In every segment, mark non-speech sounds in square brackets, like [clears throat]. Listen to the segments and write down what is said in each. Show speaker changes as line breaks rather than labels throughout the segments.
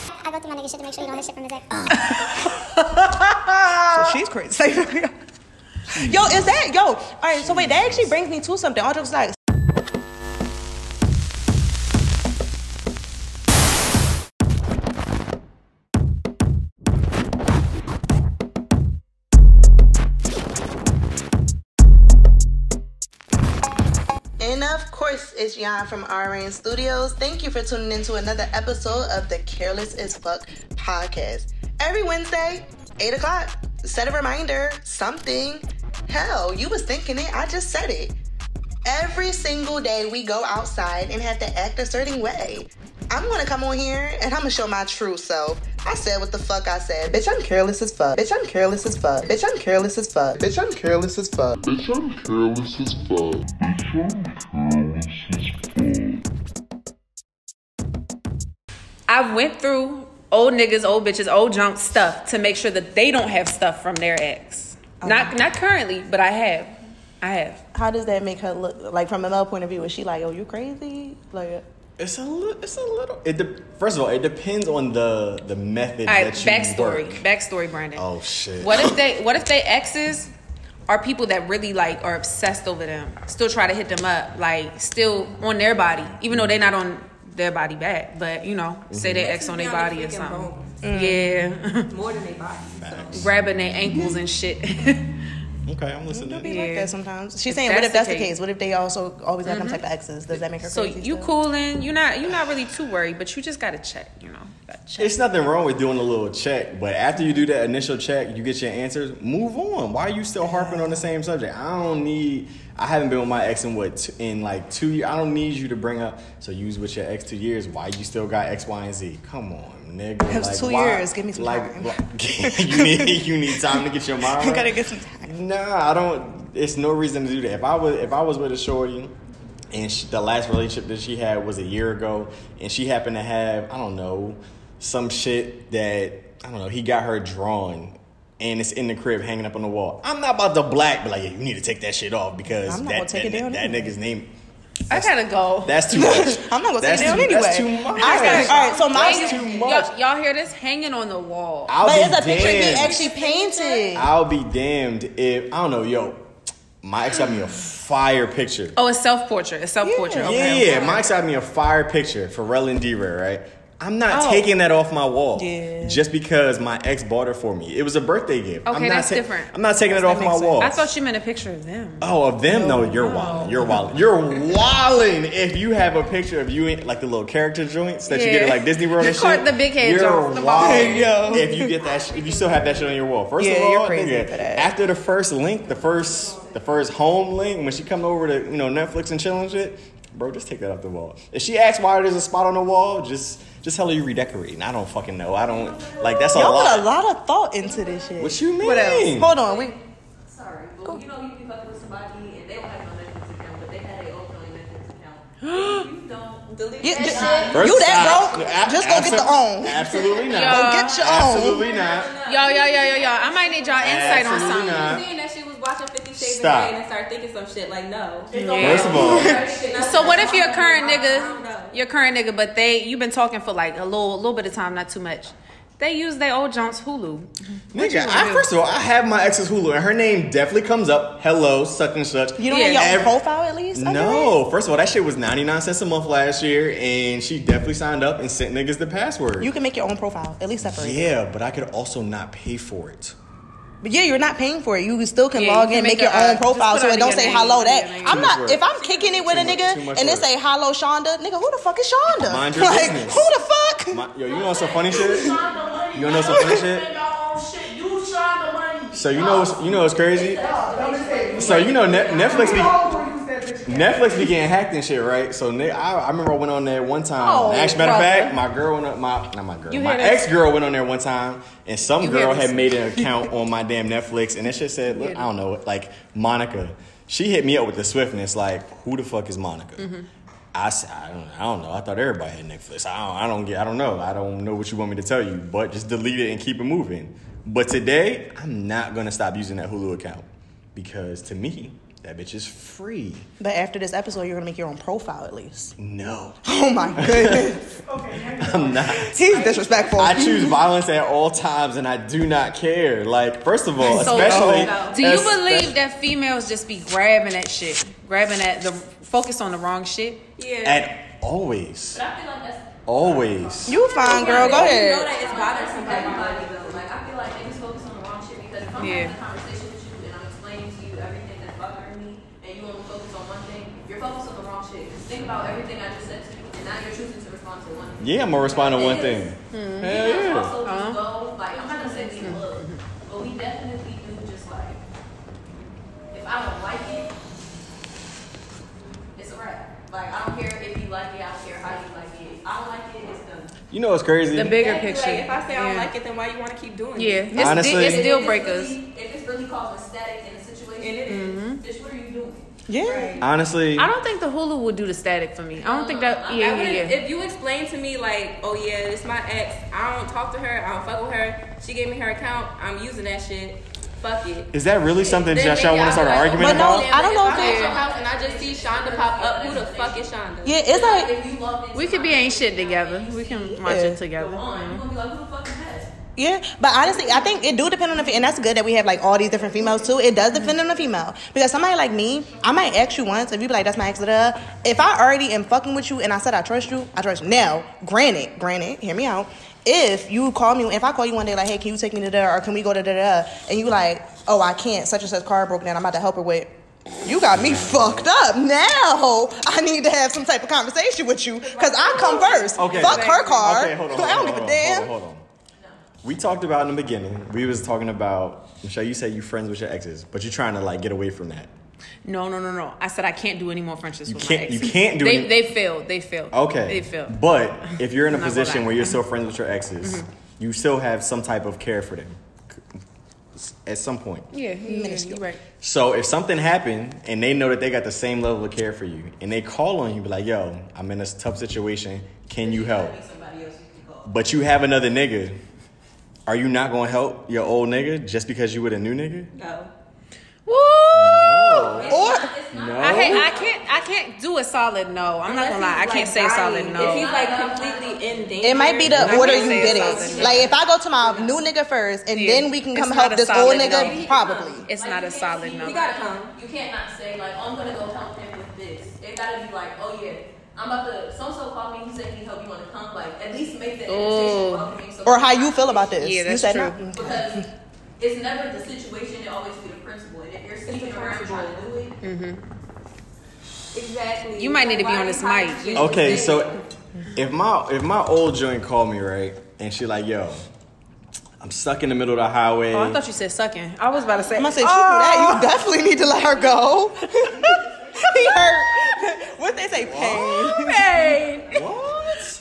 your shit to make sure you don't hit shit from the deck.
she's crazy. [laughs]
Hmm.
yo, is that yo? All right, so wait, that actually brings me to something. All jokes aside. And of course, it's Jan from RN Studios. Thank you for tuning in to another episode of the Careless as Fuck podcast. Every Wednesday, 8 o'clock, set a reminder, something. Hell, you was thinking it, I just said it. Every single day, we go outside and have to act a certain way. I'm gonna come on here and I'm gonna show my true self. I said what the fuck I said. Bitch, I'm careless as fuck. Bitch, I'm careless as fuck. Bitch, I'm careless as fuck. Bitch, I'm careless as fuck.
Bitch, I'm careless as fuck. Bitch, I'm careless as fuck.
I went through old niggas, old bitches, old junk stuff to make sure that they don't have stuff from their ex. Not not currently, but I have. I have.
How does that make her look? Like from a male point of view, is she like, "Oh, you crazy"? Like,
It's a little. It's a little. It de- first of all, it depends on the the method
All right,
that you
backstory.
work.
Backstory, Brandon.
Oh shit.
What if they what if they exes are people that really like are obsessed over them, still try to hit them up, like still on their body, even though they're not on their body back, but you know,
Mm-hmm.
say they ex on their
Down to
body or
freaking
something.
bones.
Yeah.
More than they body. So.
Grabbing their ankles and shit. [laughs]
Okay, I'm listening.
be like that sometimes. She's saying,
that's
"What if
the
that's the
case. Mm-hmm.
case? What if they also always have them type of exes? Does that make her
so
crazy?"
you
still?
cooling, you not you not really too worried, but you just gotta check, you know. Gotta check.
It's nothing wrong with doing a little check, but after you do that initial check, you get your answers. Move on. Why are you still harping on the same subject? I don't need. I haven't been with my ex in what t- in like two years. I don't need you to bring up. So you was with your ex two years. Why you still got X, Y, and Z? Come on, nigga.
It was two
why-
years. Give me some
like,
time. [laughs]
like- [laughs] you need you need time to get your mind.
I
right.
gotta get some time.
Nah, I don't. It's no reason to do that. If I was if I was with a shorty, and she, the last relationship that she had was a year ago, and she happened to have I don't know some shit that I don't know he got her drawn. And it's in the crib hanging up on the wall. I'm not about to black, but like, yeah, you need to take that shit off because
I'm not
that,
gonna take
that,
it down
that
anyway.
nigga's name.
I gotta go.
That's
[laughs]
too much.
I'm not gonna take
That's
it down
too-
anyway.
That's too much.
I gotta- all right, so my-
that's too
Hanging-
much.
Y'all, y'all hear this? Hanging on the wall.
I'll
But
be
it's a picture he
damned.
actually painted.
I'll be damned if I don't know, yo. My ex got me a fire picture.
Oh, it's self portrait. It's self portrait.
Yeah.
okay.
yeah, my ex got me a fire picture for Rel D Rare, right? I'm not
Oh.
taking that off my wall
Yeah.
just because my ex bought it for me. It was a birthday gift. I'm
Okay,
not
that's different.
I'm not taking it
That
off
makes
my
sense.
wall.
I thought you meant a picture of them.
Oh, of them? No, you're wilding. You're wilding. You're wilding if you have a picture of you in like the little character joints that you get at
Yeah.
like Disney World
You
and shit.
caught the big head
You're
joints, the ball
wilding
head. Yo.
if you get that. Sh- if you still have that shit on your wall. First
Yeah,
of all,
you're crazy
nigga,
for that.
after the first link, the first the first home link when she come over to you know Netflix and chill and shit, bro, just take that off the wall. If she asks why there's a spot on the wall, just just tell her you redecorating. I don't fucking know. I don't like that's a
Y'all
lot.
put a lot of thought into this shit.
What you mean?
Hold on, we.
Sorry, but you know you be fucking with somebody and they don't have no Netflix account, but they have their own family Netflix account. If you don't delete
You,
that
just,
shit.
First
you that
side-
broke?
ab-
just go get
abso-
the own.
Absolutely not.
Yo.
Go get your own.
Absolutely not.
Yo, yo, yo, yo, yo. I might need y'all insight on
Absolutely
something.
not.
Seeing that she was watching Fifty Shades of
Stop.
Grey and I started thinking some shit like no.
First of all,
So what if your current
I don't know.
nigga, your current nigga, but they you've been talking for like a little little bit of time, not too much. They use their old Jones Hulu.
nigga, I, first of all, I have my ex's Hulu, and her name definitely comes up. Hello, such and such.
You don't
Yeah.
have your
Every-
own profile at least? under it?
No, first of all, that shit was 99 cents a month last year, and she definitely signed up and sent niggas the password.
You can make your own profile, at least separate. Yeah.
yeah, but I could also not pay for it.
But yeah, you're not paying for it. You still can
Yeah, you
log
can
in,
make
make your
a-
own
just
profile
put
so
under
it don't
your
say
name,
hello
under your
that.
name.
I'm
Too
not,
much
if
work.
I'm kicking it with a
Too much- too
nigga
much
and it
work.
say hello Shonda, nigga, who the fuck is Shonda?
Mind your
like,
business.
who the fuck?
My, yo, you know some funny shit? You wanna know some funny shit? So you know, what's- you know what's crazy? So you know Net- Netflix be Netflix be getting hacked and shit, right? So Nick, I, I remember I went on there one time.
Oh,
Actually, matter of
brother.
fact, my girl went up, my not my girl,
You
my
hear this?
ex girl went on there one time, and some
You hear
girl
this?
had made an account on my damn Netflix, and that shit said, look, I don't know, like Monica. She hit me up with the swiftness, like, who the fuck is Monica? I, s- I don't, I don't know. I thought everybody had Netflix. I don't, I don't get. I don't know. I don't know what you want me to tell you, but just delete it and keep it moving. But today, I'm not gonna stop using that Hulu account because to me, That bitch is free.
But after this episode, you're gonna make your own profile at least. [laughs]
No, [laughs]
Oh my goodness,
I'm not.
he's disrespectful.
I choose violence at all times, and I do not care. Like, first of all,
So
especially.
dope. Do you
espe-
believe that females just be grabbing at shit, grabbing at the focus on the wrong shit?
Yeah.
At always,
But I feel like that's.
always.
you fine, girl. Go
You know
ahead.
that it's bothersome to everybody though. Like I feel like they just focus on the wrong shit because if I'm
Yeah.
having a conversation with you and I'm explaining to you everything that's bothering me and you only focus on one thing, you're focused on the wrong shit. Just think about everything I just said to you and now you're choosing to respond to one thing.
yeah, I'm gonna respond to one thing.
Hmm.
Hell yeah.
Females also just go like I'm not gonna say we look, but we definitely do just like if I don't like it, it's a wrap. Like I don't care if you like it, I don't care how you like it. I don't like it, it's done.
You know what's crazy?
The bigger
Like,
picture.
if I say I
yeah.
don't like it, then why you want to keep doing
yeah,
it?
it's,
Honestly-
di- it's deal
If
breakers.
It's really, if it's really causing static in a
And
situation,
it is.
bitch, what are you doing?
Yeah.
Honestly,
I don't think the Hulu would do the static for me. I don't think that.
Uh, I
Yeah, yeah,
wouldn't-
yeah.
If you explain to me like, oh yeah, it's my ex. I don't talk to her. I don't fuck with her. She gave me her account. I'm using that shit. Fuck it.
is that really something
Then
that y'all
maybe
want to
I'll
start
be
an
like,
argument
oh,
But no,
about?
damn,
I don't
if
know if
I'm
it-
at your house and I just see Shonda pop up. Who the fuck is Shonda?
Yeah, it's like
If you love it,
We could be ain't shit together. We can watch
Yeah.
it together.
on, you gonna be like, who the fuck is that?
yeah, but honestly, I think it do depend on the fe- and that's good that we have like all these different females too. It does depend on the female because somebody like me, I might ask you once if you be like, "That's my ex." Da, da. If I already am fucking with you and I said I trust you, I trust you. Now, granted, granted, hear me out. If you call me, if I call you one day like, "Hey, can you take me to da or can we go to da da?" and you like, "Oh, I can't. Such and such car broke down. I'm about to help her with." You got me fucked up. Now I need to have some type of conversation with you because I come first.
Okay.
Fuck her car.
Okay, hold on.
[laughs] I don't
hold
give a
on,
damn.
Hold on, hold on. We talked about in the beginning. We was talking about Michelle. You said you friends with your exes, but you're trying to like get away from that.
No, no, no, no. I said I can't do any more friendships
You
with
can't-
my ex.
you can't do
They
any-
they failed. They failed.
Okay.
They failed.
But if you're in
[laughs]
a
I'm not gonna
position
lie. Mm-hmm.
where you're still friends with your exes, you still have some type of care for them c- at some point.
yeah, yeah, yeah, you
Minuscule.
right.
So if something happened and they know that they got the same level of care for you and they call on you, be like, yo, I'm in a tough situation. Can you help? But you have another nigga. Are you not gonna help your old nigga just because you with a new nigga?
No.
Woo!
Or
No.
I, hate, I can't. I can't do a solid no. I'm not gonna lie. I can't say a solid no.
If he's like completely in danger,
it might be
I
the order
can't
you
say
did
it's solid,
it.
yeah.
Like if I go to my new nigga first, and
Yeah.
then we can
It's
come
not
help
a
this old
solid
nigga,
no.
probably.
it's
Like,
not
you
a
can't
solid
see-
no.
You gotta come.
You can't not say like, oh, I'm gonna go help him with this. It gotta be like, oh yeah, I'm about to. So so called me. He said he help you want to come. Like at least make the
Oh.
invitation welcoming. So
Or how you feel about this?
Yeah,
you
that's
said
true.
no.
Because it's never the situation. It always be the principle. And if you're sneaking around trying to do it,
Exactly.
You might need to be
Why
on
you
this
hiding
mic.
shit?
You-
Okay, so if my if my old joint called me right and she like, yo, I'm stuck in the middle of the highway.
Oh, I thought you said sucking. I was about to say. oh,
I'm gonna say, shoot that. You definitely need to let her
[laughs]
go. he hurt. What they say? Pain.
Hey,
what?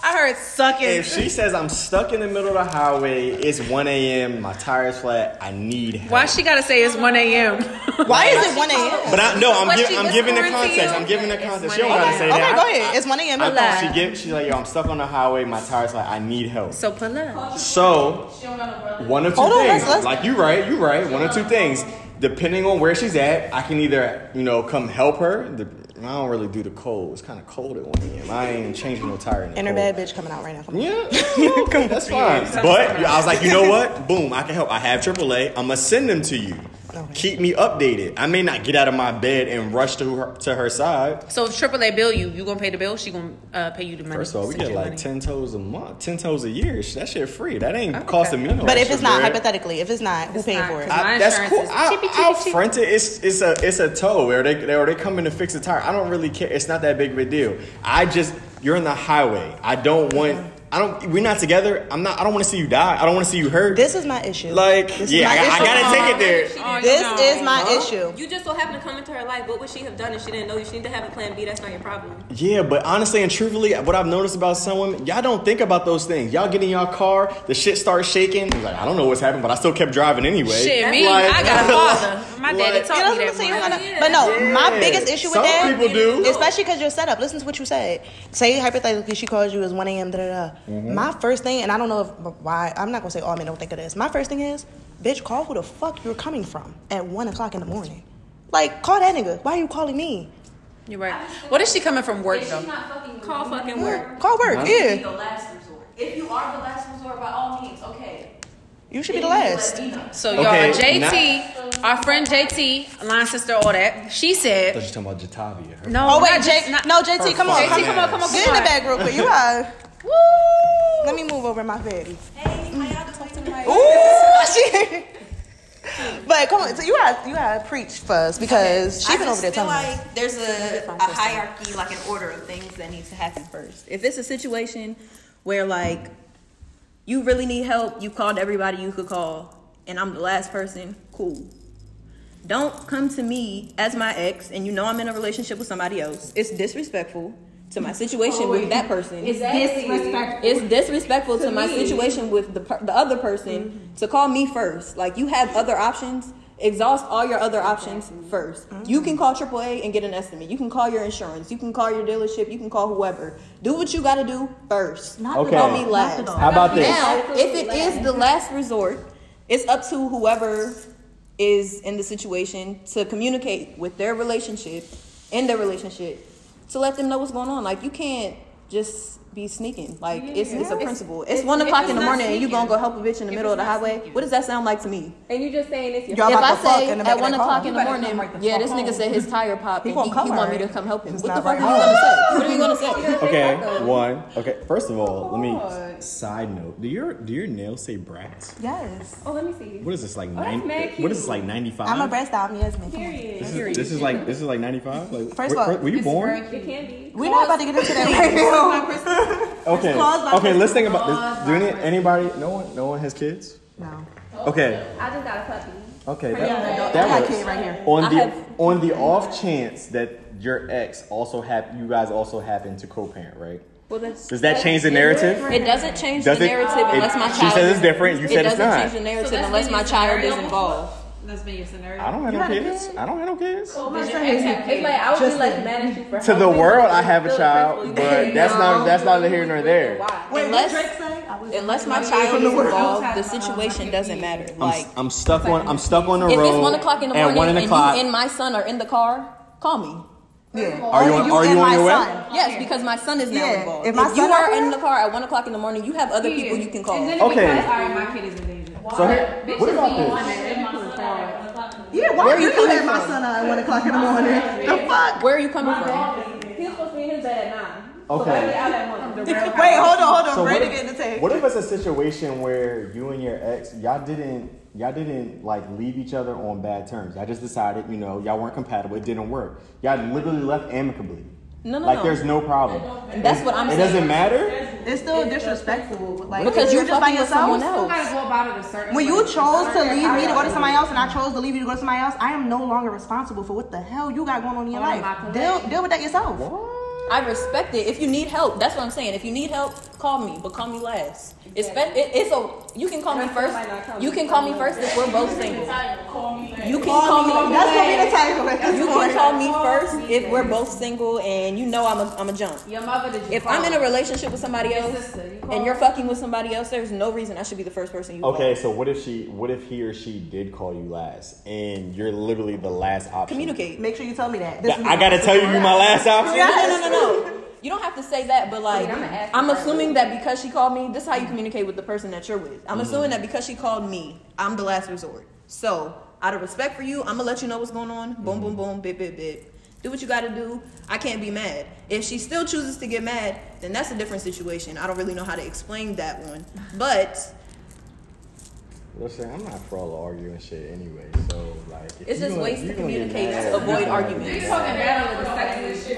I heard sucking.
If she says I'm stuck in the middle of the highway, it's 1 a.m. My tire's flat. I need help.
Why she gotta say it's 1
[laughs]
a.m.?
Why is it 1 a.m.?
But I no, I'm,
What
giv
she
I'm
was
giving the
referring to
context.
you?
I'm giving the
It's
context. She
1
don't gotta
a.m.
say
Okay,
that.
go ahead. It's 1 a.m.
I, I thought
Alive.
she give. She's like, yo, I'm stuck on the highway. My tire's flat. I need help.
so pull up.
So
she don't got a brother.
one of 2
Hold on,
things.
let's- let's-
like you right, you right. One of two things. Depending on where she's at, I can either you know come help her. The, I don't really do the cold. It's kind of cold at 1 a.m. I ain't changing no tire. In the
And her
cold.
bad bitch coming out right now. Come on.
Yeah, [laughs] that's fine. But I was like, you know what? Boom, I can help. I have AAA. I'm gonna send them to you.
Okay.
Keep me updated. I may not get out of my bed and rush to her to her side.
So if AAA bill you, you gonna pay the bill? She gonna uh, pay you the money?
First of all, we
send
get
you the
like
money.
ten toes a month, ten toes a year. Sh- That shit free. That ain't costing me no.
But if
extra
it's not,
bread.
hypothetically, if it's not, who paying
not,
for it?
'cause
I,
My
that's
insurance
cool.
is
I,
cheapy, cheapy,
I'll
cheap.
front it. It's it's a it's a tow or they or they coming to fix the tire. I don't really care. It's not that big of a deal. I just you're in the highway. I don't want. I don't. We're not together. I'm not. I don't want to see you die. I don't want to see you hurt.
This is my issue.
Like,
this
yeah, I, I gotta take it there.
Oh,
This
no.
is my issue.
You just so happen to come into her life. What would she have done if she didn't know you? She need to have a plan B. That's not your problem.
Yeah, but honestly and truthfully, what I've noticed about some women, y'all don't think about those things. Y'all get in your car, the shit starts shaking. You're like, I don't know what's happened, but I still kept driving anyway.
Shit, me, I got a [laughs] father. My daddy
like-
taught
You know
me
what I'm
that.
saying?
much.
You're gonna- but no, my
Yeah.
biggest issue with
Some
that,
people do.
especially because your setup. Listen to what you said. Say hypothetically, she calls you is 1 a.m. Da da da. My first thing, and I don't know if why. I'm not gonna say
"Oh,
all men don't think of this. My first thing is, bitch, call who the fuck you're coming from at one o'clock in the morning.
Like, call that nigga. Why are you calling me?
You're right. What is she coming from work
If she's
though?
not fucking with
Call
you,
fucking
you
work.
are-
Call work.
Huh?
you should be
Yeah.
the last resort. If you are the last resort, by all means, okay.
You should be the
Then you let
last.
me know.
So
Okay,
y'all, JT, our friend JT, line sister, all that. She
thought you
said,
were talking about Jatavia. her-
"No,
Oh wait,
not
J-
just- not-
no, JT, come on,
fucking
JT, come on, come on,
Get in
come
the
on.
back real quick. You are.
Woo!
Let me move [laughs] over my bed.
Hey, how y'all doing tonight?
Ooh, she. But come on, so you gotta you gotta preach for us because she
I
been
just
over there
feel
telling us.
like there's a, a hierarchy, like an order of things that needs to happen first. If it's a situation where like you really need help, you called everybody you could call, and I'm the last person, cool. Don't come to me as my ex, and you know I'm in a relationship with somebody else. It's disrespectful to my situation with that person.
Disrespectful.
It's disrespectful to, Mm-hmm. my situation with the per- the other person to call me first. Like you have other options. Exhaust all your other options 1st You can call AAA and get an estimate. You can call your insurance. You can call your dealership. You can call whoever. Do what you got to do first. Not
Okay.
Call me last.
How about this?
Now, if it is the last resort, it's up to whoever is in the situation to communicate with their relationship, in their relationship, to let them know what's going on. Like you can't just be sneaking. Like it's it's a principle. It's, one o'clock in the morning and you gonna go help a bitch in the middle of the highway. What does that sound like to me?
And you just saying it's your
Y'all
if
about
I
to fuck
say
in the back
at
of
one
that car.
o'clock in the morning, yeah, this nigga said his tire popped and
gonna
he, he
come
want me
right.
to come help him.
He's
What the
not
fuck are
right
you gonna say? What are you gonna say?
Okay, one. Okay, first of all, let me. Side note: Do your do your nails say brats?
Yes,
Oh, let me see.
What is this like?
that's
Nine,
mad
what is this
cute.
like? Ninety five.
I'm a breast dom. Yes, man. Come on.
Period.
This is, this is like this is like ninety five. Like
First
were-
of all,
were, you born?
It can be.
We're not about to get into that right now.
Okay.
caused by
Okay.
Christmas.
Let's think about this. Do any, anybody? No one. No one has kids.
No,
Okay.
I just got a puppy.
Okay.
I
That,
got
that
a kid
works.
right here.
On the
I have-
on the off chance that your ex also have you guys also happen to co-parent, right?
[laughs] Well, that's
Does that change the narrative?
It doesn't change
Does
the
it-
narrative
it-
unless my
she
child.
says it's different, you
it
said it's
doesn't
not.
change the narrative
that's
unless
been
my
your
child
scenario
is involved.
That's been your scenario.
I don't have no kids. I don't have no kids.
Oh,
It's like I would be like mad at you for
To the
helping,
world,
but
I have a
still
child,
grateful you
but that's not that's neither here nor there.
Why?
unless unless my child is involved, the situation doesn't matter.
I'm,
Like
I'm stuck on I'm stuck on the
if
road.
it's one o'clock in the morning
At one in the
and
clock.
you and my son are in the car, call me.
Yeah.
Are you on- are you
and
on
my
your way?
son.
Yes, because my son is now
Yeah,
involved.
if
If,
my
you
son
are
out
in
there-
the car at one o'clock in the morning, you have other people you can call.
okay.
Sorry, my kid is in danger.
So here, what about this?
Yeah, why are you coming at my son at one o'clock in the morning? The fuck?
Where are you coming from?
He's supposed to be in his bed at nine.
Okay.
Out at one.
Wait, hold on, hold on.
So
Brady
what
Ready to get in the
if,
tank.
what if it's a situation where you and your ex y'all didn't y'all didn't like leave each other on bad terms? I just decided you know y'all weren't compatible. It didn't work. Y'all literally left amicably.
No, no,
like
no.
there's no problem.
And that's what
it
I'm saying.
doesn't matter.
It's still disrespectful. Like
Because
if
you're fucking with someone else.
gotta go about it a certain
When
way.
you chose to leave me to go to somebody else, and I chose to leave you to go to somebody else, I am no longer responsible for what the hell you got going on in your life. Deal, deal with that yourself.
I respect it. If you need help, that's what I'm saying. If you need help, call me, but call me last. It's be- it- it's a you can call me first. You can call me first if we're both single. You can call me.
That's gonna be the title. at this
You
point.
can call me first if we're both single and you know I'm a, I'm a junk.
Your mother did you
If I'm in a relationship with somebody else and you're fucking with somebody else, there's no reason I should be the first person you call.
Okay, so what if she? What if he or she did call you last, and you're literally the last option?
Communicate.
Make sure you tell me that. This
Yeah,
is-
I gotta tell you, you my last option.
No, no, no, no, no. You don't have to say that, but like, I'm assuming that because she called me, this is how you communicate with the person that you're with.
Mm-hmm.
I'm assuming that because she called me, I'm the last resort. So, out of respect for you, I'm gonna let you know what's going on. Boom,
Mm-hmm.
boom, boom, bit, bit, bit. Do what you gotta do. I can't be mad. If she still chooses to get mad, then that's a different situation. I don't really know how to explain that one. But
Listen, I'm not for all the arguing shit anyway, so like. if
It's
you
just
gonna-
ways
you
to
gonna get
communicate
mad,
to
you
avoid
gonna get
arguments.
mad.
but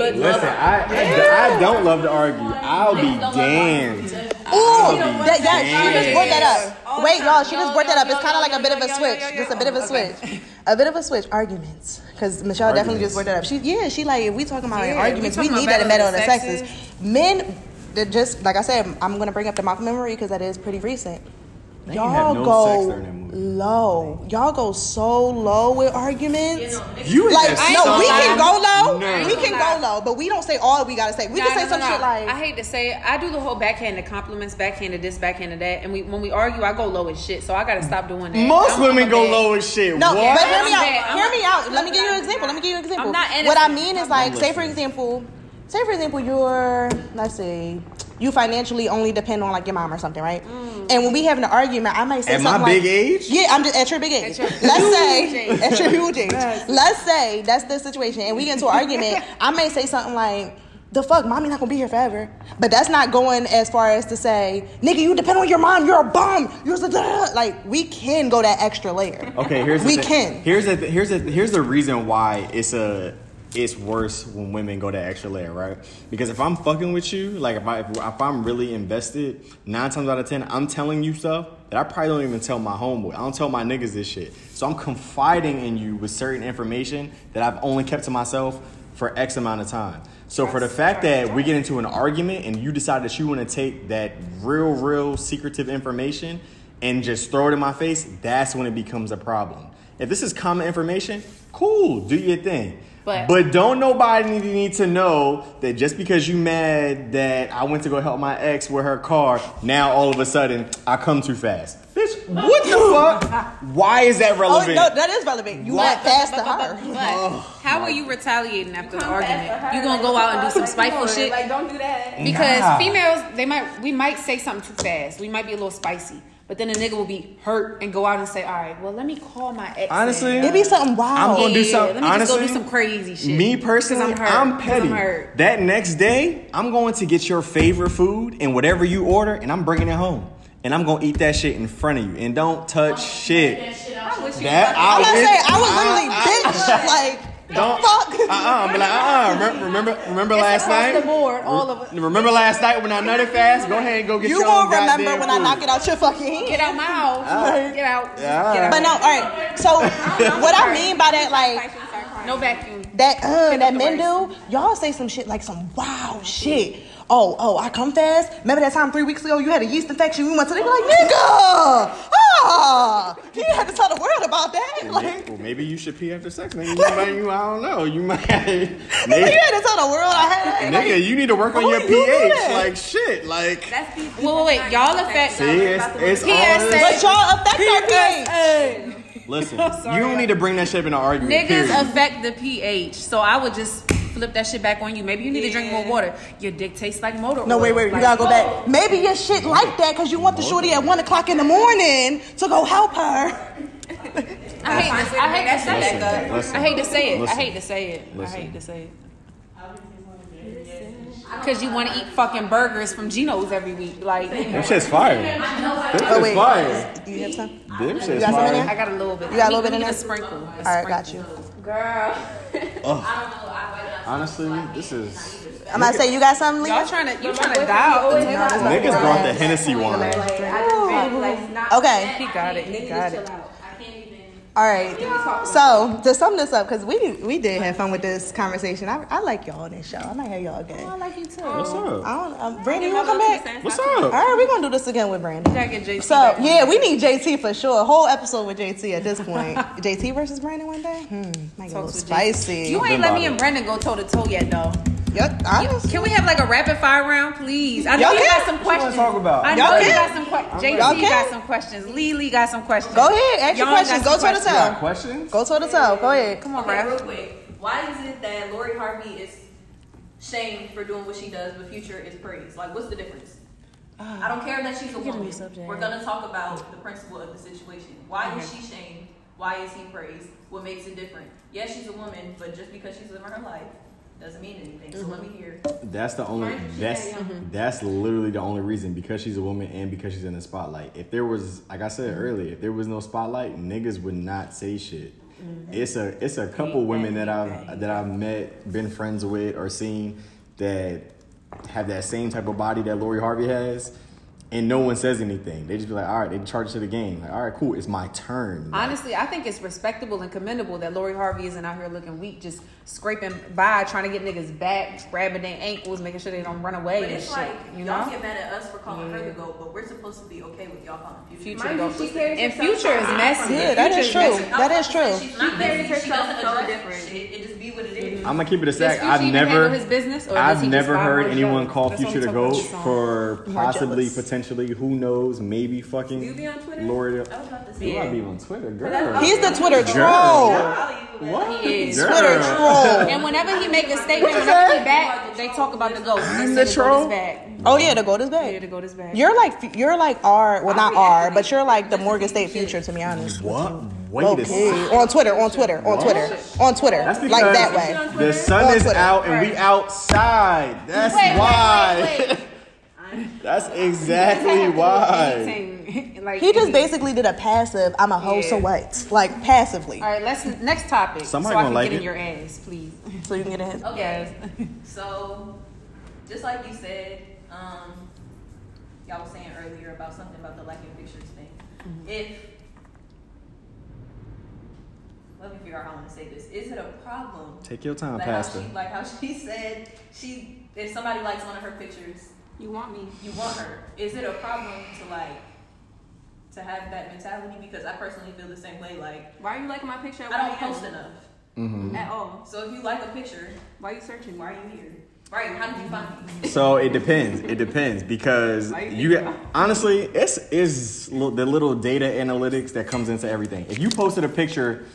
love,
Listen, I, I, I don't love to argue.
Oh
I'll be damned.
Ooh,
I'll be
that, yeah, she just brought that
damned.
up. Wait, y'all, she just brought that up. It's kind of like a bit of a switch. Just a bit of a switch. A bit of a switch. Arguments, because Michelle definitely just brought that up. She, yeah, she like if we talking about
Yeah, we
arguments, we
talking
need that
about
in metal and the
battles of the
sexes. Men, that just like I said, I'm gonna bring up the Malcolm memory because that is pretty recent.
They didn't
Y'all
have no sex
go
during that movie.
low. Y'all go so low with arguments.
You
Like
have
no,
so
we can
much
go low.
nerve.
We
we
not
can
gonna
go
lie.
low, but we don't say all we gotta say. We
Nah,
can say
no,
some
no, no.
shit like
I hate to say it. I do the whole backhanded compliments, backhanded this, backhanded that, and we when we argue, I go low as shit. So I gotta stop doing that.
Most
I'm-
women
I'm
go
bad.
low as shit.
No,
what?
but hear me
I'm
out.
bad.
hear
I'm-
me out. Let me give you an example. Let me give you an example.
I'm not
what I
innocent.
mean is
I'm
like,
not
say for
listening.
example, say for example, you're let's say you financially only depend on like your mom or something, right?
Mm.
And when we have an argument, I might say
At my
something like,
big age?
Yeah, I'm just at your big age. let's say [laughs] at your huge age. Let's say that's the situation, and we get into an argument. I may say something like. The fuck, mommy not gonna be here forever. But that's not going as far as to say, nigga, you depend on your mom. You're a bum. You're a da-da." [laughs] like we can go that extra layer.
Okay, here's the
we
thing.
can.
Here's the here's the here's the reason why it's a it's worse when women go that extra layer, right? Because if I'm fucking with you, like if I if, if I'm really invested, nine times out of ten, I'm telling you stuff that I probably don't even tell my homeboy. I don't tell my niggas this shit. So I'm confiding in you with certain information that I've only kept to myself for X amount of time. So for the fact that we get into an argument and you decide that you want to take that real, real secretive information and just throw it in my face, that's when it becomes a problem. If this is common information, cool, do your thing. But,
But-
don't nobody need- need to know that just because you mad that I went to go help my ex with her car, now all of a sudden I come too fast. Bitch, what
[laughs]
the fuck? Why is that
Oh
relevant?
no, that is relevant. You
What?
went past to her.
But how are you retaliating after the
Come back for
argument?
her,
You gonna
like,
go out and do
like,
some
come
spiteful
on,
shit?
Like, don't do that.
Because
Nah.
females, they might we might say something too fast. We might be a little spicy. But then a nigga will be hurt and go out and say, "All right, well, let me call my ex."
Honestly,
and-
It be something wild.
I'm gonna do
Yeah,
something.
let me just go
honestly,
do some crazy shit.
Me
'Cause
personally,
I'm
I'm,
hurt. 'Cause I'm
petty.
hurt.
That next day, I'm going to get your favorite food and whatever you order, and I'm bringing it home, and I'm gonna eat that shit in front of you, and don't touch shit.
I wish
That
I'm
I
not
wish-
saying I was literally
[laughs]
bitch. like
Don't
fuck.
Uh uh-uh, but like uh
[laughs]
uh remember remember last
across
night
the board, all of it.
remember last night when I nutted fast go ahead and go get
you
your own
gonna remember
goddamn
when I
food.
knock it out your fucking
Get
hand.
out my house.
Alright.
Get out. Just
Alright.
Get out.
But no, all right. So what I mean by that, like
no vacuum.
that, uh, that
the
men
rice.
do, y'all say some shit like some wild shit. Oh, oh, I come fast. Remember that time three weeks ago you had a yeast infection? We went to they be like, nigga, ah, you had to tell the world about that. Like,
well maybe you should pee after sex maybe you, might, you I don't know
[laughs]
you might [laughs]
you
maybe,
had to tell the world I had. like,
nigga you need to work on
Who
your
you do
pH
that?
like shit like
That's deep.
Wait, wait, wait. Y'all affect.
See, it's, it's all
PSA.
But
this-
y'all affect our pH.
Listen, you don't need to bring that shit up in an argument.
Niggas
period.
affect the pH, so I would just flip that shit back on you. Maybe you need to drink more water. Your dick tastes like motor.
No,
oil.
wait, wait. You
Like,
gotta go back. Maybe your shit like that because you want the shorty at one o'clock in the morning to go help her.
I hate, to, I hate to say
Listen,
it.
listen,
I hate to say it.
listen.
I hate to say it.
Listen.
I hate to say it. Cause you want to eat fucking burgers from Geno's every week. Like
Them shit's fire. Them shit's
Oh, wait.
fire.
Do you have some?
Them
got
shit's
some in there?
fire.
I got a little bit.
You got a little bit
Let me-
in
let me get
there?
A sprinkle. All
All right, got you.
Honestly, this is.
I'm about to say you got something,
Y'all
Leah.
trying to you trying to dial the
Nah,
temp.
Niggas brought the Hennessy wine.
Like, I just been like, not
Okay.
He got it. He got it.
I can't even.
All right. So to sum this up, because we we did have fun with this conversation. I, I like y'all on this show. I might have y'all again.
like you too.
What's up?
I don't. Um, Brandon, you wanna come back?
What's
All
up?
right, we gonna do this again with Brandon.
Gotta get JT
So
back.
yeah, we need JT for sure. A whole episode with JT at this point. JT versus Brandon one day. Hmm, might get a little
Talks with JT.
spicy.
You ain't let me
Been
and Brendan go toe to toe yet though.
Yup, honestly.
Can we have like a rapid fire round, please? I know
Y'all
you
can.
got some
What you wanna
questions.
talk about?
I
Y'all
know you
can.
got some questions. JT
Y'all can.
got some questions. Lily got some questions.
Go ahead, ask your
Y'all got
questions.
some
Go toe to
questions.
You got
toe.
questions?
Go toe to toe. Go ahead.
Come on,
Okay, real
bro.
quick. Why is it that Lori Harvey is shamed for doing what she does, but Future is praised? Like, what's the difference? I don't care that she's a woman. We're gonna talk about the principle of the situation. Why is she shamed? Why is he praised? What makes it different? Yes, she's a woman, but just because she's living her life doesn't mean anything. So
Mm-hmm.
let me hear.
That's the only. That's that's literally the only reason because she's a woman and because she's in the spotlight. If there was, like I said earlier, if there was no spotlight, niggas would not say shit. It's a it's a couple women that I've that I've met, been friends with, or seen that have that same type of body that Lori Harvey has, and no one says anything. They just be like, all right, they charge to the game. Like, all right, cool, it's my turn. Like,
Honestly, I think it's respectable and commendable that Lori Harvey isn't out here looking weak, just scraping by, trying to get niggas back, grabbing their ankles, making sure they don't run away
But
and
it's
shit.
like
you
all
know,
get mad at us for calling her the goat, but we're supposed to be okay with y'all calling future.
future
Mind
go-
you, she carries
and
herself
future is
fine.
messy.
Yeah, that is
Future
true.
messy.
That is true.
She's not
carries
messy. She
herself
doesn't
so
address
different.
shit. It just be what it is.
I'm gonna keep it a
Does
sack.
Future
I've
even
never,
handle his business, or does
I've
he just
never
buy
heard
more
anyone
drugs?
call
That's what
Future
we
the
talk
goat
about this
for possibly,
jealous.
potentially, who knows, maybe fucking
You be on Twitter?
Lori.
I was about to say.
You might be on Twitter, girl.
He's the Twitter troll.
I'll leave you with that.
What?
He is.
Girl.
Twitter troll.
And whenever he make a statement, whenever he back, they talk about the goat.
I'm
They
the
said
troll.
goat is back.
Oh yeah, the gold is
Yeah,
bad.
the goat is back. Oh,
You're like you're like R, well not R, but you're like the Morgan State future to be honest.
What?
Low
Wait a
key.
second.
On Twitter, on Twitter, on Twitter, on Twitter,
That's because
like that way.
the sun
On
is
Twitter.
out and we outside. That's
Wait, wait,
why.
wait, wait.
[laughs] That's
[laughs]
exactly why.
Anything, [laughs] like,
He just
any-
basically did a passive. I'm a hoe, so
Yeah.
what? Like passively,
All right, let's next topic.
Somebody
so I
gonna
can
like
get in
it.
your ass, please.
[laughs] so you can get ahead.
Okay.
Yes.
So, just like you said, um, y'all was saying earlier about something about the lacking pictures thing.
Mm-hmm.
If let me figure out how I want to say this. Is it a problem?
Take your time,
like
Pastor.
How she, like how she [laughs] said, she if somebody likes one of her pictures,
You want me?
you want her. Is it a problem to like to have that mentality? Because I personally feel the same way. Like
Why are you liking my picture?
I don't post enough.
at all.
So if you like a picture,
Why are you searching? Why are you here?
right? How did you find me?
So it depends. It depends because you honestly, it's is the little data analytics that comes into everything. If you posted a picture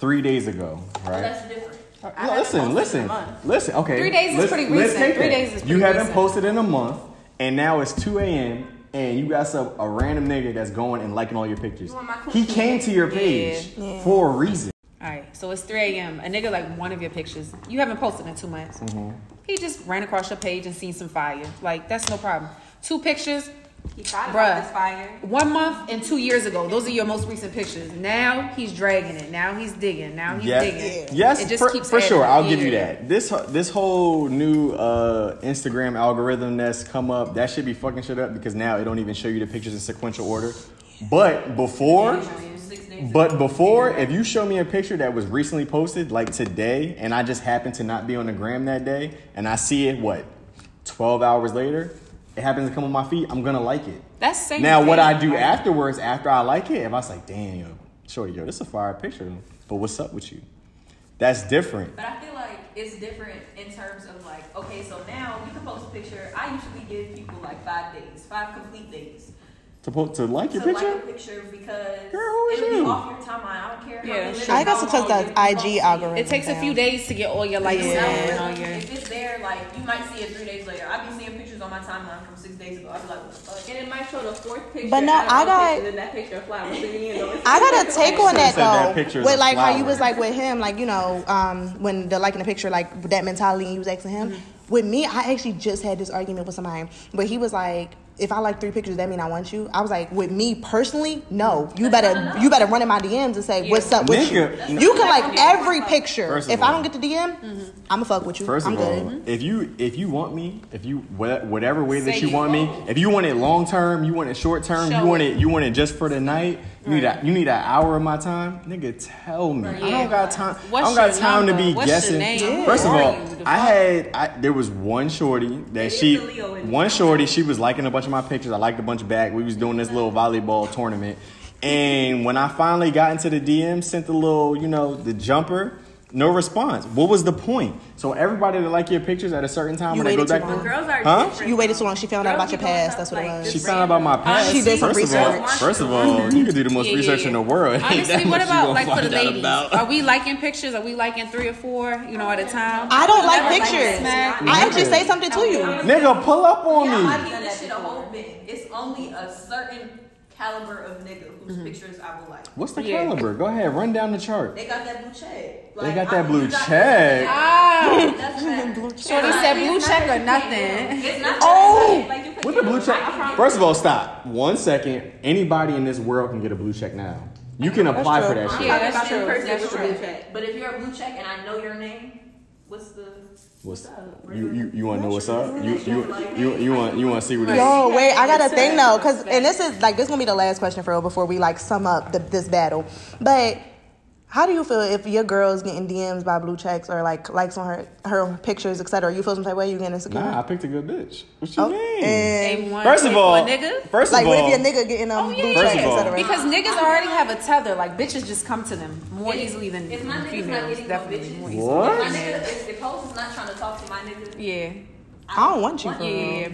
three days ago,
Well,
right?
That's different.
Uh,
No, listen, listen, listen. Okay,
Three days is
let's-
pretty
let's
recent.
take
Three
that.
days is
you
pretty
haven't
recent.
posted in a month, and now it's two a.m. and you got some a random nigga that's going and liking all your pictures.
want my
He
cookie?
came to your page for a reason.
All right, so it's 3 a.m. A nigga like one of your pictures. You haven't posted in two months.
Mm-hmm.
He just ran across your page and seen some fire. Like, that's no problem. Two pictures,
He thought
Bruh.
about this fire.
one month and two years ago. Those are your most recent pictures. Now he's dragging it. Now he's digging. Now he's digging.
Yes, yes,
It just
for,
keeps
for sure.
adding.
I'll give you
Yeah.
that. This this whole new uh, Instagram algorithm that's come up that should be fucking shit up because now it don't even show you the pictures in sequential order. But before,
Six days.
but before, if you show me a picture that was recently posted, like today, and I just happen to not be on the gram that day, and I see it, what, twelve hours later, it happens to come on my feed. I'm gonna like it.
That's same.
Now, what
thing.
I do
Like,
afterwards, after I like it, if I was like, damn, yo, shorty, yo, this is a fire picture, but what's up with you? That's different.
But I feel like it's different in terms of like, okay, so now you can post a picture. I usually give people like five days, five complete days
To, po- to like your
to
picture?
like a picture because
Girl, who is
it'll
you?
be off your timeline. I don't care.
Yeah,
how many
sure.
minutes,
I got
how
to touch
long
that
you- you
IG
don't see
algorithm.
It takes a few days to get all your likes
It's
out and
not
all
really-
your.
If it's there, like you might see it three days later. I be seeing pictures on my timeline from six days ago. I be like, what the fuck?
And it might show the fourth picture.
But no,
out of
I
all
got-
pictures in that picture of flowers. So you
[laughs]
know it's-
I got to take on that
Said that
though.
picture is
With
a
like how you
flower.
was like with him, like you know, um, when the liking the picture, like that mentality, and you was asking him. With me, I actually just had this argument with somebody, but he was like, "If I like three pictures, that mean I want you." I was like, "With me personally, no. You better you better run in my DMs and say what's up with
Nigga,
you.
no.
You can like every picture.
First of
If I
all-
don't get the DM, I'ma fuck with you.
First
I'm
of all,
good.
if you if you want me, if you wha- whatever way that
Say
you
you
want me, if you want it long term, you want it short term,
Show
you want
it.
it you want it just for the night. You need a, you need an hour of my time, nigga. Tell me, I
Yeah.
don't got time.
What's
I don't got
your
time
number?
to be
What's your
guessing.
name?
First of
Who are
all,
you? The
I
fuck?
had I, there was one shorty that she
is the Leo in me.
one shorty she was liking a bunch of my pictures. I liked a bunch back. We was doing this little volleyball tournament, and when I finally got into the DM, sent the little you know the jumper. No response. What was the point? So everybody that like your pictures at a certain time
You
when they go
waited too
back
long.
to
Girls are
Huh?
different.
You waited so long. She found out
Girls
about
be doing
your past.
stuff
That's what it
like this
was.
she found out about my past.
She did some
first Of all,
research.
first of all, you could do the most
Yeah, yeah,
research in
yeah.
the world. [laughs]
[laughs]
Honestly, what about like for the ladies?
lady?
Are we liking pictures? Are we liking three or four? You know, at a time.
I don't like
Never liked
pictures.
smack.
I actually say something to you.
Nigga, pull up on
I
me.
give this shit a whole bin. It's only a certain caliber of nigga whose
Mm-hmm.
pictures I will like.
What's the
Yeah.
caliber? Go ahead, run down the chart.
They got that blue
They
check. Like,
got
I-
that blue
you got-
check.
Ah,
[laughs] That's bad.
Shorty said blue check or nothing.
It's not
Oh!
Like, you can
What the
get
blue
a- I
check?
can
First of all, stop. One second. Anybody in this world can get a blue check now. You can apply for that shit.
Yeah,
get
that's
about in
true.
person
That's
with a
true.
blue check. But if you're a blue check and I know your name, What's the
What's you you, you want to know what's up? You you you you want you want to see what it is?
Yo, Oh, wait, I got a thing though, cause and this is like this gonna be the last question for real before we like sum up the, this battle. But how do you feel if your girl's getting DMs by blue checks or like likes on her her pictures, etc.? You feel some type of way? You getting insecure?
Nah, I picked a good bitch. What you mean?
Oh, And,
They want-
first of
they
all,
want nigga.
first
like,
of
what
all,
if your nigga getting um,
Oh, yeah,
blue
yeah,
checks,
First of all-
etc.?
Because niggas already have a tether. Like bitches just come to them more
If-
easily than
if my nigga's not
females.
getting no
Definitely
bitches,
more
What?
easily.
my
What?
nigga? If, if hoes is not trying to talk to my nigga,
Yeah.
I don't want you,
want
girl.
Yeah.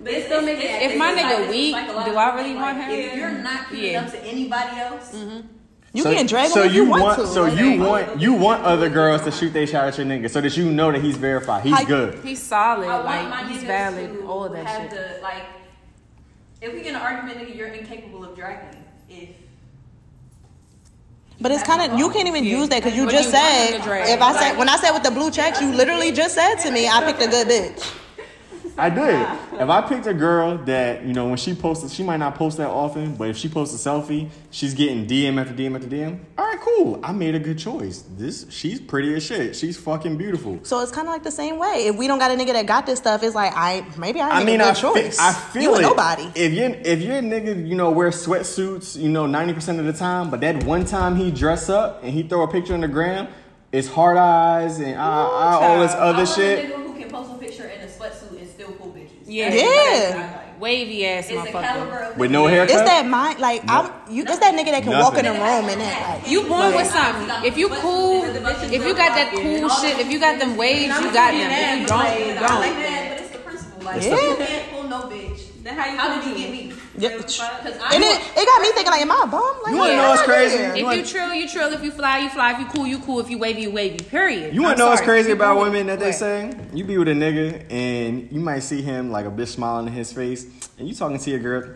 But it's still making
If my nigga weak, do I really want him?
If you're not cute
Yeah. Mm-hmm.
enough to anybody else,
You
so,
can drag
so
him if you, want, to.
So you want you want other girls to shoot they shot at your nigga so that you know that he's verified. He's
How-
good.
He's solid.
I want my
like he's
niggas
valid.
to
All of that
have
shit.
The, like, if we get in an argument, nigga, you're incapable of dragging. If
But it's kind of you can't even use that because you just
you want
said
him to drag.
if I said when I said with the blue checks, you literally just said to me, I picked a good bitch.
[laughs] I did. If I picked a girl that you know when she posted, she might not post that often, but if she posts a selfie, she's getting DM after DM after DM. All right, cool. I made a good choice. This she's pretty as shit. She's fucking beautiful.
So it's kind of like the same way. If we don't got a nigga that got this stuff, it's like I maybe I,
I
ain't make
mean,
a good
I, fe-
choice.
I feel
you
it.
a nobody.
If you if your nigga, you know, wear sweatsuits, you know, ninety percent of the time, but that one time he dress up and he throw a picture on the gram, it's hard eyes and ah, ah, all this
I
other
want a
shit.
[laughs] nigga who can post a picture in a sweatsuit and still pull bitches.
Yeah.
That's what
Yeah.
I like.
Wavy ass
It's the
motherfucker.
caliber of
With no
nigga.
haircut.
It's that mind, like I'm. You, it's that nigga that can walk in a
Nothing.
room and that. Like,
You born with something. If you cool, if you got that cool shit, if you got them waves, you got them. If you don't, you
I like
don't.
that, but it's the principle. Like,
Yeah.
if you can't pull no bitch, then how, you how did you get me?
Yeah.
Because I
and it, it got me thinking like, am I a bum? Like,
You wanna
what
know what's
did I do
crazy?
here?
If you trill, you trill. If you fly, you fly. If you cool, you cool. If you wavy, you wavy. Period.
You wanna
I'm
know what's
sorry.
crazy about
People-
women that they
What?
say? You be with a nigga and you might see him like a bitch smiling in his face, and you talking to your girl.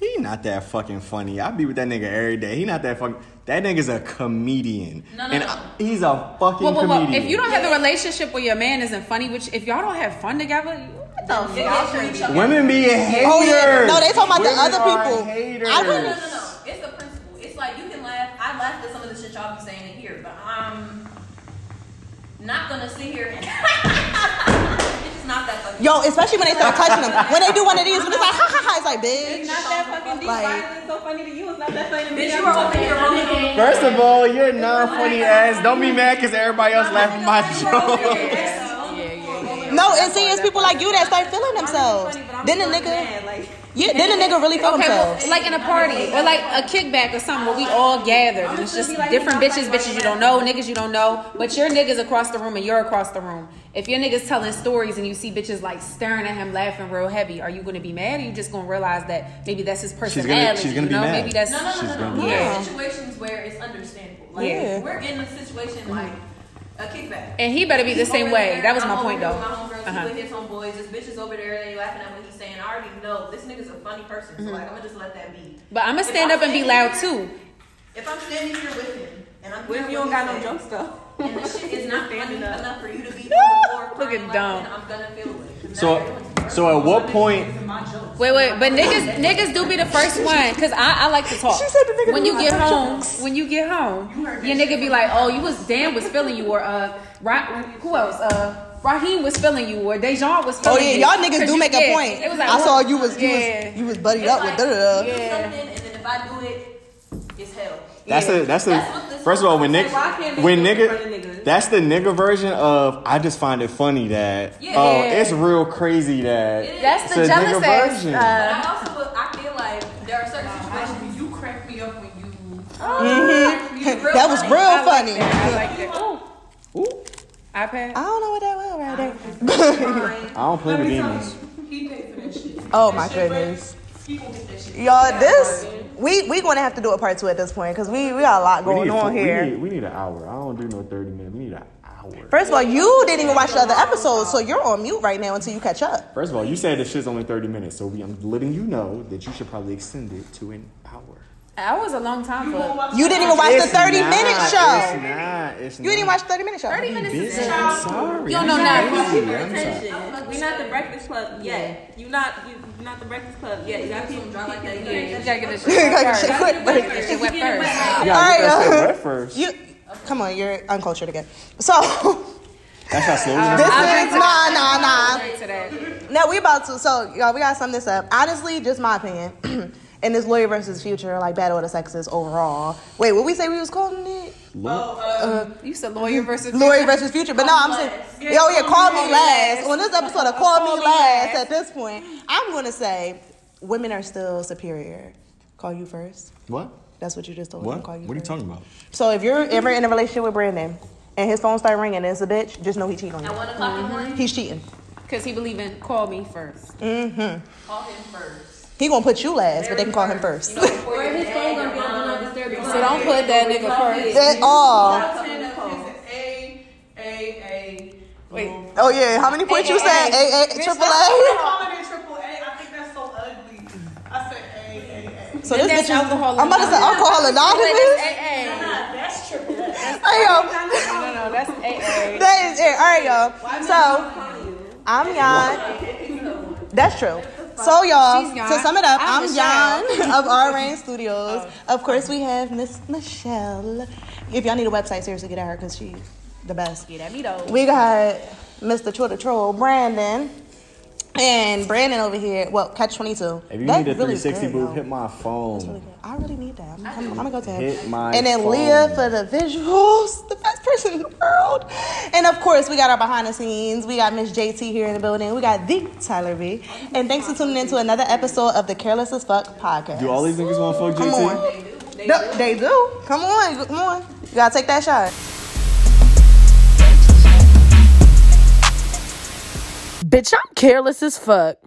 He not that fucking funny. I be with that nigga every day. He not that fucking. That nigga's a comedian,
No, no,
and
no.
I- he's a fucking
Well, well, well,
comedian.
If you don't have the relationship where your man isn't funny, which if y'all don't have fun together, what the
Niggas are each other.
Women be haters.
Oh, yeah. No, they talking about the
Women
other
are
people.
Haters.
I
No, no,
wouldn't-
no, no. It's the principle. It's like you can laugh. I laughed at some of the shit y'all be saying in here, but I'm not gonna sit here. and... [laughs] it's just not that fucking.
Yo, especially when they start touching them. When they do one of these, when it's like, ha ha ha, it's like, bitch.
not that fucking
Like,
so funny to you. It's not that funny to me. Bitch, you are over here rolling. in-
First of all, you're not funny ass. Don't be mad because everybody else laughing at my joke.
no, and see, it's people like you that start feeling themselves. Then the nigga, [laughs] yeah, then the nigga really feel
Okay, well,
themselves.
like in a party or like a kickback or something where we all gathered and it's just different bitches, bitches you don't know, niggas you don't know, but your niggas across the room and you're across the room. If your niggas telling stories and you see bitches like staring at him, laughing real heavy, are you gonna be mad? Or you just gonna realize that maybe that's his
gonna-
personality?
she's gonna
you
be
know?
mad.
Maybe that's
No, no,
She's
no, no,
gonna
no.
be
We're
mad.
in situations where it's understandable. Like
Yeah.
we're in a situation like a kickback.
And he better be the
He's
same
over
way.
there,
That was
I'm
my
over
point
here
though.
with My homegirls,
Uh-huh.
he with his homeboys, this bitch is over there, they laughing at what he's saying. I already know this nigga's a funny person,
Mm-hmm.
so like I'm gonna just let that be.
But I'm gonna
If
stand
I'm
up and be
standing
loud
here-
too.
If I'm standing here with him and I'm
What if
hearing
you
what
don't got
he's
no
saying,
jokes though?
And the shit is not funny
Standing up.
enough for you
[laughs]
to be on the floor
Look
crying
at Dom.
laughing, I'm gonna feel it.
So, so at what point?
Wait, wait, but niggas, niggas do be the first one, cause I, I like to talk.
She said the nigga
when
do
you
like to
get home,
jokes.
when you get home, your nigga be like, oh, you was Dan was feeling you, or uh, Ra- who else? Uh, Raheem was feeling you, or Dejan was
Oh
feeling
yeah,
you.
y'all niggas
'Cause
do
you-
make a
yeah,
point.
It was like,
I
well,
saw you was you
yeah.
was you was buddied up with da da da.
You do
Yeah.
something, and then if I do it, it's hell.
That's a that's a
That's what this-
first of all when niggas
Why can't they
when
do it in
nigga
front of niggas?
that's the nigga version of I just find it funny that oh
Yeah.
it's real crazy that
That's the
it's a nigga
jealous ass.
version.
Uh,
But I also I feel like there are certain situations Oh. you crack me up when you.
Mm-hmm. [laughs]
That was real funny.
I like that. Ooh.
Ooh,
iPad.
I don't know what that was right there. [laughs]
I don't play with demons.
He paid for that shit.
Oh my goodness.
He gonna get that shit.
Y'all, this we we gonna have to do a part two at this point because we we got a lot going on here.
We need, we need an hour. I don't do no thirty minutes. We need an hour.
First of all, you didn't even watch the other episode, so you're on mute right now until you catch up.
First of all, you said this shit's only thirty minutes, so we, I'm letting you know that you should probably extend it to an hour.
That was a long time for.
You didn't even watch the
It's
30
not,
minute show.
It's not. It's
You didn't even watch the 30 minute show.
Thirty minutes is
Bitch, I'm sorry.
You don't
I'm
know nothing.
sorry.
People
I'm sorry.
We're not the Breakfast Club yet. You not you you're not the Breakfast Club yet. You got people
Drop like that.
Yeah, you
Yeah.
gotta
[laughs]
get this shit
Gotta
wet
get
first.
shit wet
You gotta get this shit wet first.
Yeah,
All
you
right, [laughs]
gotta say
uh,
that first.
You come on, you're uncultured again. So [laughs]
That's how slow it is.
This is my nah nah.
to that.
No, we about to. So, y'all, we gotta sum this up. Honestly, just my opinion. [clears throat] In this lawyer versus future, like battle of the sexes overall. Wait, what we say we was calling it?
You said [laughs] lawyer versus
Lawyer versus future. But no, I'm saying, yo, yeah, call me last. On this episode of Call Me Last, at this point, I'm gonna say women are still superior. Call you first.
What?
That's what you just told me.
What?
Call you
What are you
first.
talking about?
So if you're ever in a relationship with Brandon and his phone start ringing and it's a bitch, just know he cheating on
At
you.
one o'clock in the morning,
He's cheating.
because he believe in call me first.
call him first.
He gonna put you last, but they can call him first.
Or his phone gonna be on do not disturb.
So don't put that nigga first.
At all.
A A A.
Wait.
Oh yeah, how many points you said? A A triple A. [laughs]
calling it triple A. I think that's so ugly. I said A A A.
So this
That's
bitch,
alcohol
I'm about to say alcohol anonymous.
AA.
That's triple A.
Hey yo,
No, no, that's AA.
that is it. All right, y'all. So I'm Yan. That's true. So y'all,
She's Yan.
to sum it up,
I'm Oh,
I'm Yan
[laughs]
of R Rain Studios. Of course, we have Miss Michelle. If y'all need a website, seriously, get at her because she's the best.
Get at me though.
We got Mr. Twitter Troll Brandon. And Brandon over here, well, catch 22.
If you
That's
need a
really
360
good,
booth,
though.
hit my
That's really
phone.
good. I really need that. I'm, I'm, I'm gonna go to him.
Hit my
and then
phone.
Leah for the visuals, the best person in the world. And of course, we got our behind the scenes. We got Miss JT here in the building. We got the Tyler B. And thanks for tuning in to another episode of the Careless as Fuck podcast.
Do all these niggas want to fuck
Come
JT?
on. They do. They do. Come on. Come on. You gotta take that shot.
Bitch, I'm careless as fuck.